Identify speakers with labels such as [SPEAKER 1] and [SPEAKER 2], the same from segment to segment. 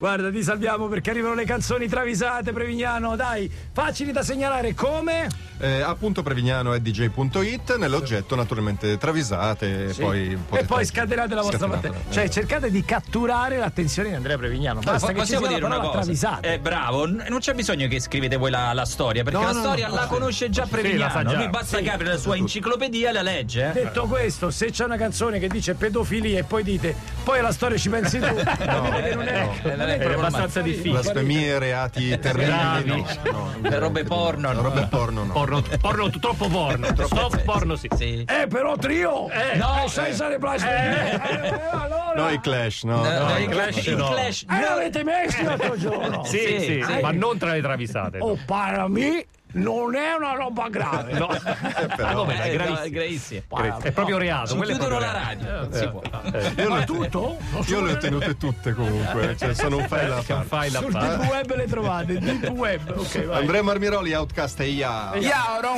[SPEAKER 1] Guarda, ti salviamo perché arrivano le canzoni travisate, Prevignano, dai, facili da segnalare come?
[SPEAKER 2] Eh, appunto prevignano è dj.it nell'oggetto naturalmente travisate poi
[SPEAKER 1] e
[SPEAKER 2] potete-
[SPEAKER 1] poi scatenate la vostra
[SPEAKER 2] scatenate,
[SPEAKER 1] battaglia.
[SPEAKER 2] eh.
[SPEAKER 1] Cioè, cercate di catturare l'attenzione di Andrea Prevignano. Basta
[SPEAKER 3] Po-
[SPEAKER 1] che ci sia
[SPEAKER 3] possiamo
[SPEAKER 1] la
[SPEAKER 3] dire una
[SPEAKER 1] parola
[SPEAKER 3] cosa?
[SPEAKER 1] travisate.
[SPEAKER 3] Eh, bravo, n- non c'è bisogno che scrivete voi la, la storia, perché
[SPEAKER 2] No,
[SPEAKER 3] la
[SPEAKER 2] no,
[SPEAKER 3] storia
[SPEAKER 2] no,
[SPEAKER 3] la
[SPEAKER 2] sì.
[SPEAKER 3] conosce già
[SPEAKER 1] la sa
[SPEAKER 3] Prevignano.
[SPEAKER 1] già.
[SPEAKER 3] Lui basta che apre la sua enciclopedia e la legge. eh.
[SPEAKER 1] Detto questo, se c'è una canzone che dice pedofilia e poi dite poi alla storia ci pensi tu, capite che non è,
[SPEAKER 3] no,
[SPEAKER 1] non
[SPEAKER 3] è
[SPEAKER 1] proprio
[SPEAKER 3] abbastanza
[SPEAKER 1] normale.
[SPEAKER 4] difficile.
[SPEAKER 2] Eh. blasfemie reati terribili no, no,
[SPEAKER 3] Le robe porno,
[SPEAKER 2] le
[SPEAKER 3] no.
[SPEAKER 2] robe porno no
[SPEAKER 4] Porno, porno troppo porno. Soft porno sì.
[SPEAKER 3] Sì.
[SPEAKER 1] Eh, però trio! Eh,
[SPEAKER 3] No,
[SPEAKER 1] sai sare plastica! Eh, eh, allora!
[SPEAKER 2] no i clash no,
[SPEAKER 3] Eh,
[SPEAKER 2] no.
[SPEAKER 3] i Clash,
[SPEAKER 4] no.
[SPEAKER 3] i Clash,
[SPEAKER 1] Eh, l'avete messo l'altro giorno!
[SPEAKER 4] Sì,
[SPEAKER 3] Sì,
[SPEAKER 4] sì,
[SPEAKER 3] sì.
[SPEAKER 4] ma non tra le travisate. no.
[SPEAKER 1] Oh, parami, non è una roba grave!
[SPEAKER 4] No.
[SPEAKER 2] Eh, però,
[SPEAKER 4] Vabbè,
[SPEAKER 3] eh,
[SPEAKER 4] è gravissimo.
[SPEAKER 3] no, gravissimo.
[SPEAKER 4] È proprio reato.
[SPEAKER 3] Ci
[SPEAKER 4] quello è
[SPEAKER 3] chiudono la
[SPEAKER 4] proprio Eh, reato.
[SPEAKER 3] radio. Non si può.
[SPEAKER 2] io,
[SPEAKER 1] Eh, Ma
[SPEAKER 2] le,
[SPEAKER 1] tutto? Non
[SPEAKER 2] io
[SPEAKER 1] so-
[SPEAKER 2] le ho tenute tutte comunque cioè sono un file a
[SPEAKER 4] Che
[SPEAKER 2] parte.
[SPEAKER 4] fai la
[SPEAKER 1] Sul
[SPEAKER 4] fa-
[SPEAKER 1] deep web le trovate, deep web, ok vai.
[SPEAKER 2] Andrea Marmiroli Outcast e IA
[SPEAKER 3] Sono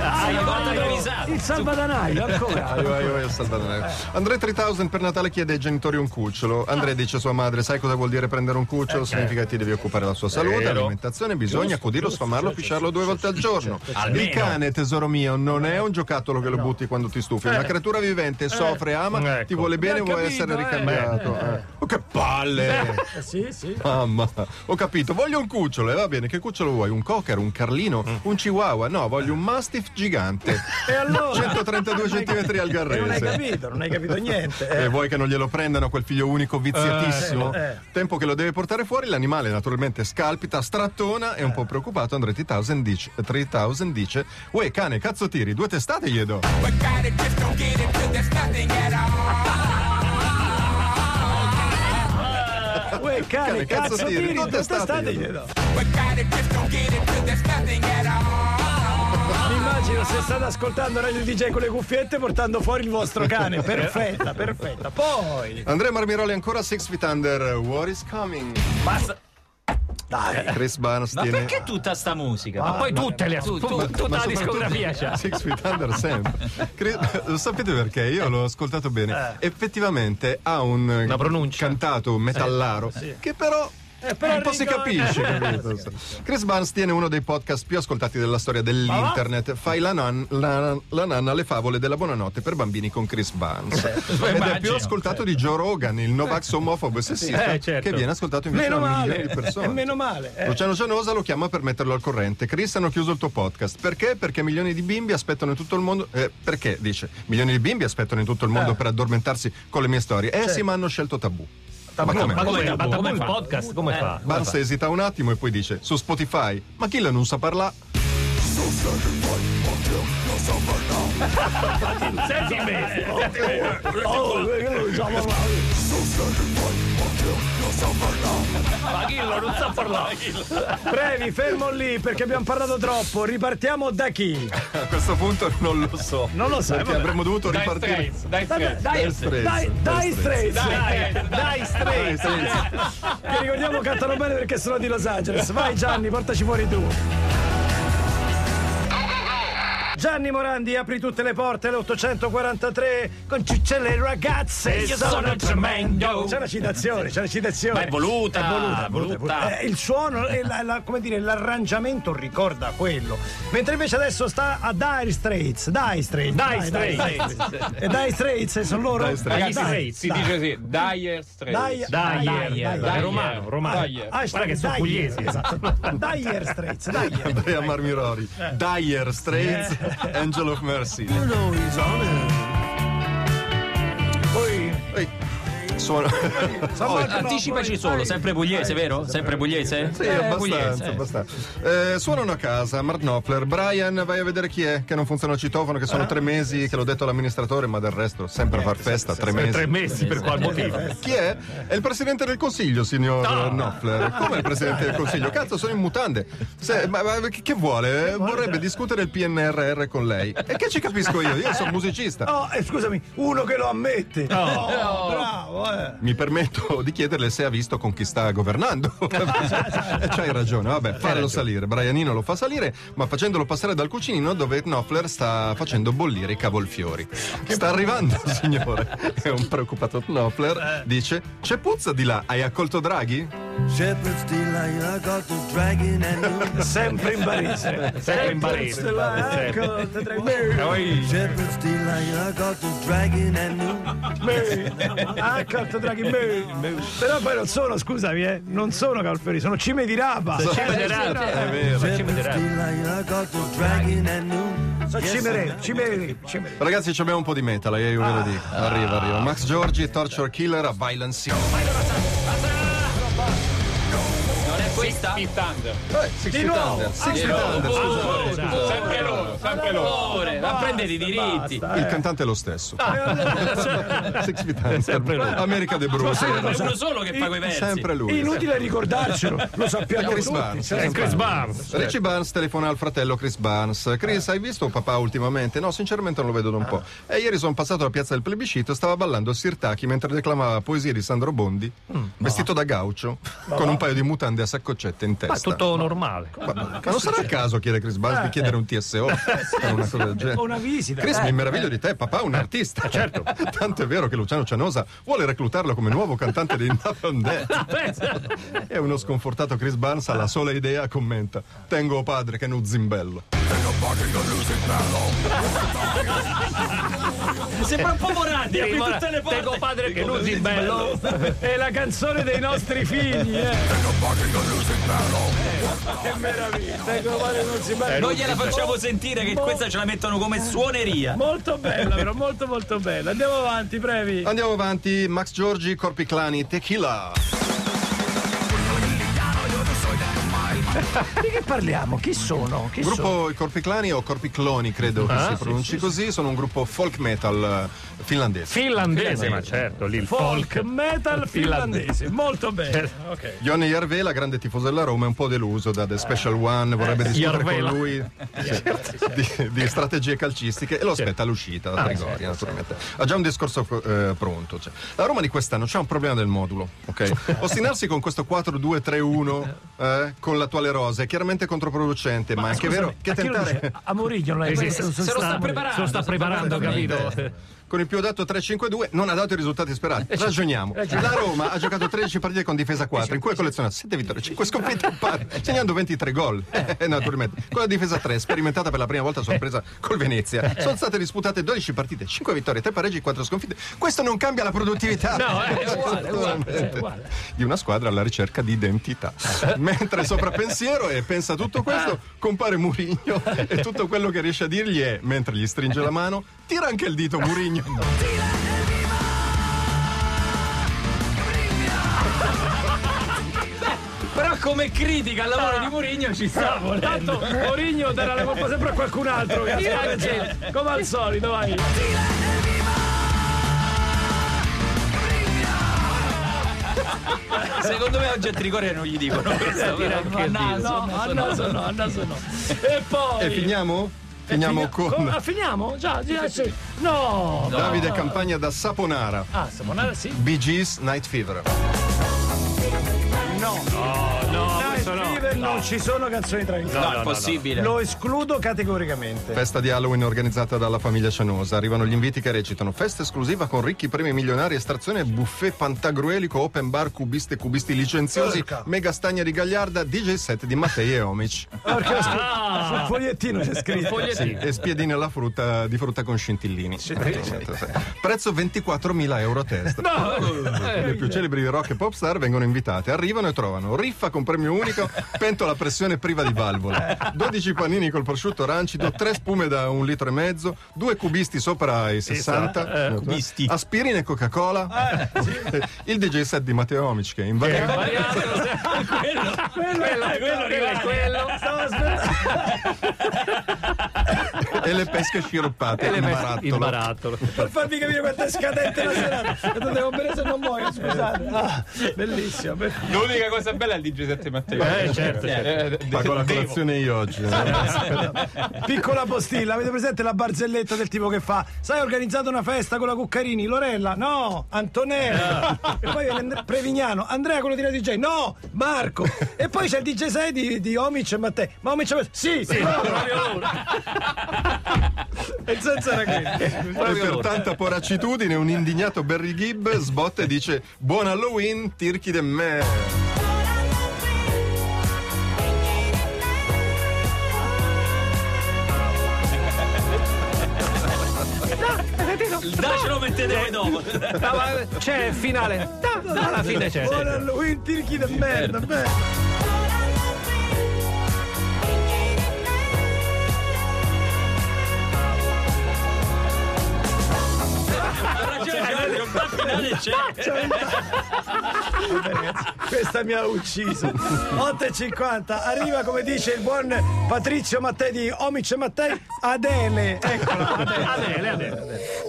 [SPEAKER 3] tornato travisato.
[SPEAKER 1] Ah, Il salvadanaio ancora.
[SPEAKER 2] Aio, aio, aio, Salvatore. Andrea 3000 per Natale chiede ai genitori un cucciolo. Andrea dice a sua madre: Sai cosa vuol dire prendere un cucciolo? Significa che ti devi occupare della sua salute,
[SPEAKER 4] Vero.
[SPEAKER 2] alimentazione, bisogna accudirlo, sfamarlo, pisciarlo due volte al giorno. Il cane, tesoro mio, non è un giocattolo che lo butti quando ti stufi. È una creatura vivente, soffre, ama,
[SPEAKER 4] Ecco.
[SPEAKER 2] ti vuole bene,
[SPEAKER 1] Abbiamo
[SPEAKER 2] vuole
[SPEAKER 1] capito,
[SPEAKER 2] essere
[SPEAKER 1] eh.
[SPEAKER 2] ricambiato. eh. Oh, che palle!
[SPEAKER 1] Eh, Sì, sì.
[SPEAKER 2] Mamma, ho capito, voglio un cucciolo, e va bene, che cucciolo vuoi? Un cocker, un carlino, un chihuahua? No, voglio un mastiff gigante.
[SPEAKER 1] E allora?
[SPEAKER 2] 132 cm
[SPEAKER 1] E
[SPEAKER 2] al
[SPEAKER 1] Non hai
[SPEAKER 2] garrese.
[SPEAKER 1] capito, non hai capito niente.
[SPEAKER 2] E vuoi che non glielo prendano quel figlio unico viziatissimo?
[SPEAKER 1] Eh, eh.
[SPEAKER 2] Tempo che lo deve portare fuori, l'animale naturalmente scalpita, strattona e un
[SPEAKER 1] Eh.
[SPEAKER 2] po' preoccupato Andrea 3000 dice, 3000 dice Uè cane, cazzo tiri, due testate gli do.
[SPEAKER 5] But gotta just don't get it 'cause there's nothing at all.
[SPEAKER 1] Uè, cane, cazzo, tiri,
[SPEAKER 2] due
[SPEAKER 1] dove state?
[SPEAKER 2] testate gli do.
[SPEAKER 5] But gotta just don't get it 'cause there's nothing at all.
[SPEAKER 1] Mi immagino se state ascoltando Radio DJ con le cuffiette portando fuori il vostro cane. Perfetta, perfetta. Poi.
[SPEAKER 2] Andrea Marmiroli ancora Six Feet Under, What is Coming?
[SPEAKER 3] Basta-
[SPEAKER 1] Dai.
[SPEAKER 2] Chris Barnes
[SPEAKER 3] Ma
[SPEAKER 2] tiene-
[SPEAKER 3] perché tutta sta musica?
[SPEAKER 4] Ma poi tutte le
[SPEAKER 3] Tu- tu-
[SPEAKER 4] tutta
[SPEAKER 3] tu-
[SPEAKER 2] ma
[SPEAKER 4] la
[SPEAKER 2] soprattutto-
[SPEAKER 4] discografia c'ha.
[SPEAKER 2] Six Feet Under sempre. Cre- Lo sapete perché? Io l'ho ascoltato bene. Effettivamente ha un eh,
[SPEAKER 4] Eh. Una pronuncia. Eh,
[SPEAKER 2] cantato metallaro che però
[SPEAKER 1] però
[SPEAKER 2] un po' si
[SPEAKER 1] ricorda-
[SPEAKER 2] capisce, capito? Chris Barnes tiene uno dei podcast più ascoltati della storia dell'internet. Fai la, nan- la- la nanna le favole della buonanotte per bambini con Chris Barnes.
[SPEAKER 4] Eh,
[SPEAKER 2] Ed è più
[SPEAKER 3] immagino.
[SPEAKER 2] ascoltato di Joe Rogan, il Novax omofobo e sessista,
[SPEAKER 4] certo. Eh, certo.
[SPEAKER 2] che viene ascoltato invece
[SPEAKER 1] Meno
[SPEAKER 2] da milioni
[SPEAKER 1] male.
[SPEAKER 2] di persone.
[SPEAKER 1] E meno male. eh.
[SPEAKER 2] Luciano Cianosa lo chiama per metterlo al corrente. Chris hanno chiuso il tuo podcast. Perché? Perché milioni di bimbi aspettano in tutto il mondo. eh, perché? Dice: Milioni di bimbi aspettano in tutto il mondo per addormentarsi con le mie storie. Eh sì, ma hanno scelto tabù. Ma come?
[SPEAKER 4] Ma
[SPEAKER 3] Come
[SPEAKER 4] come, ma come il
[SPEAKER 3] fa?
[SPEAKER 4] podcast come fa?
[SPEAKER 2] Barnes esita un attimo e poi dice: Su Spotify, ma chi la non sa parlare?
[SPEAKER 4] Senti me.
[SPEAKER 1] Oh, eh, io lo usavo male.
[SPEAKER 4] Ma Ghillo non sa parlare.
[SPEAKER 1] Previ, fermo lì perché abbiamo parlato troppo. Ripartiamo da chi?
[SPEAKER 2] A questo punto non lo so.
[SPEAKER 1] Non lo so.
[SPEAKER 2] Perché avremmo dovuto ripartire.
[SPEAKER 3] Dai,
[SPEAKER 1] Vabbè,
[SPEAKER 2] Dire
[SPEAKER 1] dai,
[SPEAKER 2] Straits.
[SPEAKER 1] dai, dai,
[SPEAKER 2] Dire Straits.
[SPEAKER 1] Straits. dai, dai,
[SPEAKER 2] Dire
[SPEAKER 1] Straits.
[SPEAKER 2] Straits.
[SPEAKER 1] Ti ricordiamo cantano bene perché sono di Los Angeles. Vai Gianni, portaci fuori tu. Gianni Morandi, apri tutte le porte, l'843, con cicce le ragazze, io sono tremendo. C'è una citazione, c'è una citazione.
[SPEAKER 3] Ma è voluta,
[SPEAKER 1] È voluta, è voluta, è
[SPEAKER 3] voluta.
[SPEAKER 1] voluta. Eh, il suono, e la- la- come dire, l'arrangiamento ricorda quello. Mentre invece adesso sta a Dire Straits, Dire Straits.
[SPEAKER 4] Dire
[SPEAKER 1] dai,
[SPEAKER 4] Straits.
[SPEAKER 1] dai, dai. E Dire Straits, sono loro?
[SPEAKER 2] Dire Straits.
[SPEAKER 1] Ragazzi,
[SPEAKER 4] Si
[SPEAKER 1] dai.
[SPEAKER 6] così, Dyer Straits.
[SPEAKER 1] Dai,
[SPEAKER 4] Dai,
[SPEAKER 1] dai,
[SPEAKER 4] dai,
[SPEAKER 1] dai.
[SPEAKER 4] romano, romano.
[SPEAKER 6] Dai.
[SPEAKER 1] Hashtag
[SPEAKER 4] Guarda che sono
[SPEAKER 1] Dyer,
[SPEAKER 4] pugliesi.
[SPEAKER 1] esatto. Dyer Straits, Dyer.
[SPEAKER 2] Andrea Marmirori, Dire Straits, Angel of Mercy.
[SPEAKER 1] Poi
[SPEAKER 2] Ehi, Suono. Oh,
[SPEAKER 3] Eh, Anticipaci solo, sempre pugliese, vero? Sempre pugliese?
[SPEAKER 2] Sì,
[SPEAKER 3] Eh,
[SPEAKER 2] abbastanza,
[SPEAKER 3] pugliese, eh.
[SPEAKER 2] abbastanza. Eh, suonano a casa, Mark Knopfler. Brian, vai a vedere chi è, che non funziona il citofono, che sono tre mesi, che l'ho detto all'amministratore, ma del resto sempre a far festa, tre mesi.
[SPEAKER 4] Tre mesi per qual motivo?
[SPEAKER 2] Chi è? È il presidente del consiglio, signor Knopfler. Come il presidente del consiglio? Cazzo, sono in mutande. Se- ma, ma che che vuole? Vorrebbe discutere il PNRR con lei. E che ci capisco io? Io sono musicista.
[SPEAKER 1] Oh, eh, scusami, uno che lo ammette. Oh, bravo, eh.
[SPEAKER 2] mi permetto di chiederle se ha visto con chi sta governando. E C'hai ragione, vabbè, fallo salire. Brianino lo fa salire, ma facendolo passare dal cucinino dove Knopfler sta facendo bollire i cavolfiori. Sta arrivando, signore. È un preoccupato Knopfler. Dice: C'è puzza di là, hai accolto Draghi?
[SPEAKER 6] Shepherd's delight, I got the dragon and the
[SPEAKER 1] Sempre in barese.
[SPEAKER 4] Sempre in barese.
[SPEAKER 1] Stella, ecco, te tra-
[SPEAKER 6] Shepherd's delight, I got the dragon and the
[SPEAKER 1] Ah, canto Draghi, me. Però poi non sono, scusami, eh, non sono calfiori, sono cime di rapa. Eh,
[SPEAKER 4] Cime di
[SPEAKER 2] È
[SPEAKER 4] rapa.
[SPEAKER 2] vero.
[SPEAKER 4] Cime di
[SPEAKER 6] Shepherd's
[SPEAKER 4] rapa.
[SPEAKER 6] delight, I got the dragon and the
[SPEAKER 1] Sono cimere, cimere, cimere.
[SPEAKER 2] Ragazzi, ci abbiamo un po' di metal, eh, io ve lo dico. Arriva, arriva. Max Giorgi, Torture Killer a Violence Young.
[SPEAKER 3] Non è Eh, questa?
[SPEAKER 4] Big Thunder.
[SPEAKER 2] Eh, Sixty Thunder, Sixty Thunder, scusa.
[SPEAKER 4] Sempre loro, sempre loro.
[SPEAKER 3] Ore, la prendete i diritti.
[SPEAKER 2] Il cantante è lo stesso.
[SPEAKER 1] Ah.
[SPEAKER 2] Six Feet Under, America De Bruce.
[SPEAKER 3] È uno solo che fa quei versi.
[SPEAKER 2] Sempre lui.
[SPEAKER 1] Inutile ricordarcelo, lo sappiamo
[SPEAKER 2] Chris
[SPEAKER 1] tutti.
[SPEAKER 2] Barnes.
[SPEAKER 1] cioè,
[SPEAKER 2] Chris
[SPEAKER 4] Chris Barnes.
[SPEAKER 2] Richie Barnes telefona al fratello Chris Barnes. Chris, hai visto papà ultimamente? No, sinceramente non lo vedo da un po'. E ieri sono passato alla piazza del plebiscito e stava ballando Sirtaki mentre declamava poesie di Sandro Bondi, vestito da gaucio, con un paio di mutande a saccoccette in testa.
[SPEAKER 4] Tutto normale.
[SPEAKER 2] Ma, ma non Eh. sarà il caso, chiede Chris Barnes, di chiedere un TSO per una cosa del genere.
[SPEAKER 1] Una visita.
[SPEAKER 2] Chris, mi meraviglio di te, papà è un artista. Certo. Tanto è vero che Luciano Cianosa vuole reclutarlo come nuovo cantante di Napandè. e uno sconfortato Chris Barnes alla sola idea commenta: Tengo padre che è un zimbello.
[SPEAKER 3] Sembra un po' Morandi, apri tutte le porte.
[SPEAKER 4] Tengo padre che non si bello.
[SPEAKER 1] È la canzone dei nostri figli, eh. Che meraviglia. Tengo padre non si balla.
[SPEAKER 3] Noi gliela facciamo sentire
[SPEAKER 1] Boh.
[SPEAKER 3] che questa ce la mettono come suoneria.
[SPEAKER 1] Molto bella, però molto molto bella. Andiamo avanti, brevi.
[SPEAKER 2] Andiamo avanti, Max Giorgi, Corpi Clani, Tequila.
[SPEAKER 1] Di che parliamo? Chi sono? Chi sono?
[SPEAKER 2] Gruppo i Corpiclani o Corpicloni, credo che si pronunci così, sono un gruppo folk metal eh, finlandese.
[SPEAKER 4] Finlandese, ma certo, lì il
[SPEAKER 1] Folk
[SPEAKER 4] folk.
[SPEAKER 1] metal finlandese. Molto bene. Ok.
[SPEAKER 2] Johnny Jarvela, grande tifoso della Roma, è un po' deluso da The Special One, vorrebbe discutere
[SPEAKER 4] Jarvela.
[SPEAKER 2] con lui Eh, sì, Ah, di, di strategie calcistiche e lo aspetta all'uscita da Trigoria, naturalmente. Ha già un discorso eh, pronto. cioè. La Roma di quest'anno c'è un problema del modulo, ok? Ostinarsi con questo 4-2-3-1 eh, con l'attuale rosa è chiaramente controproducente, ma, è anche vero che
[SPEAKER 1] A chi lo
[SPEAKER 2] tentare...
[SPEAKER 1] dice? A Mourinho non è
[SPEAKER 4] Eh, sì,
[SPEAKER 1] questo.
[SPEAKER 3] Se lo sta
[SPEAKER 4] Se lo
[SPEAKER 3] preparando.
[SPEAKER 4] sta preparando, capito?
[SPEAKER 2] Eh, Con il più adatto 3-5-2 non ha dato i risultati
[SPEAKER 4] Eh,
[SPEAKER 2] sperati.
[SPEAKER 4] certo.
[SPEAKER 2] Ragioniamo. La Roma ha giocato 13 partite con difesa 4, in cui ha collezionato 7
[SPEAKER 4] Eh,
[SPEAKER 2] vittorie, 5 sconfitte e un par,
[SPEAKER 4] certo.
[SPEAKER 2] segnando 23 gol. Eh, naturalmente. Con la difesa 3, sperimentata per la prima volta a sorpresa
[SPEAKER 4] Eh.
[SPEAKER 2] col Venezia, sono state disputate 12 partite, 5 vittorie, 3 pareggi, 4 sconfitte. Questo non cambia la produttività.
[SPEAKER 4] No, eh, è uguale, è uguale.
[SPEAKER 2] Di una squadra alla ricerca di identità. Mentre sopra pensiero e pensa a tutto
[SPEAKER 4] Ah.
[SPEAKER 2] questo, compare Murigno e tutto quello che riesce a dirgli è, mentre gli stringe la mano, tira anche il dito Murigno.
[SPEAKER 3] Però come critica al lavoro di Mourinho ci sta volendo.
[SPEAKER 1] Ah. Tanto Mourinho darà la colpa sempre a qualcun altro. che sta leggendo. Come al solito, vai.
[SPEAKER 3] Secondo me oggi a Trigoria non gli dicono questo. però a naso,
[SPEAKER 1] No,
[SPEAKER 3] a
[SPEAKER 1] a
[SPEAKER 3] naso.
[SPEAKER 1] naso no, a naso no. E poi.
[SPEAKER 2] E finiamo? Finiamo
[SPEAKER 1] Ah,
[SPEAKER 2] con
[SPEAKER 1] finiamo? Già, già, sì. No.
[SPEAKER 2] Davide Campagna da Saponara,
[SPEAKER 1] Ah, Samonara sì.
[SPEAKER 2] Bee Gees Night Fever.
[SPEAKER 1] Dai, Fever non ci sono canzoni tranquille.
[SPEAKER 3] No, è possibile.
[SPEAKER 1] Lo escludo categoricamente.
[SPEAKER 2] Festa di Halloween organizzata dalla famiglia Cianosa. Arrivano gli inviti che recitano festa esclusiva con ricchi premi milionari, estrazione, buffet pantagruelico, open bar, cubiste e cubisti licenziosi,
[SPEAKER 1] Porca.
[SPEAKER 2] mega stagna di Gagliarda, DJ set di Mattei e Omic.
[SPEAKER 1] Perché ho scritto- sul fogliettino c'è scritto.
[SPEAKER 2] e spiedine alla frutta di frutta con scintillini. Prezzo 24.000 euro a testa. Le più celebri rock e pop star vengono invitate, arrivano e trovano riffa con premio unico, pentola a pressione priva di valvola, 12 panini col prosciutto rancido, 3 spume da un litro e mezzo, 2 cubisti sopra i 60,
[SPEAKER 3] cubisti.
[SPEAKER 2] aspirine e Coca-Cola, il DJ set di Matteo Omic che invade.
[SPEAKER 4] Quello, quello, quello, quello.
[SPEAKER 2] e Eh. le pesche sciroppate in
[SPEAKER 4] Il
[SPEAKER 2] barattolo.
[SPEAKER 4] barattolo. Eh.
[SPEAKER 1] Per farvi capire quanto è scadente la serata. E devo bene se non muoio, scusate. Ah, Bellissimo. be-
[SPEAKER 3] L'unica cosa bella è il DJ7 Matteo.
[SPEAKER 4] Eh, certo,
[SPEAKER 3] certo.
[SPEAKER 2] Pago la colazione io oggi. eh.
[SPEAKER 1] Piccola postilla, avete presente la barzelletta del tipo che fa? Sai, ho organizzato una festa con la Cuccarini, Lorella? No, Antonella.
[SPEAKER 4] Eh.
[SPEAKER 1] E poi viene And- Prevignano, Andrea quello di Radio DJ? No, Marco. E poi c'è il DJ 6 di, di Omic e Matteo. Ma Omic e Matteo? Sì, sì.
[SPEAKER 4] Proprio loro.
[SPEAKER 1] E senza ragazzi.
[SPEAKER 2] E per tanta poracitudine, un indignato Barry Gibb sbotta e dice: Buon Halloween, tirchi de me.
[SPEAKER 7] Dacelo mettetelo dopo.
[SPEAKER 4] No, ma c'è il finale. Alla fine c'è. certo.
[SPEAKER 1] Buon Halloween, tirchi da merda. beh.
[SPEAKER 7] Ha ragione, Giovanni, un bel finale c'è.
[SPEAKER 1] Questa mi ha ucciso. 8.50, arriva come dice il buon Patrizio Mattei di Omic e Mattei, Adele. Eccola, Adele.
[SPEAKER 4] Adele, Adele.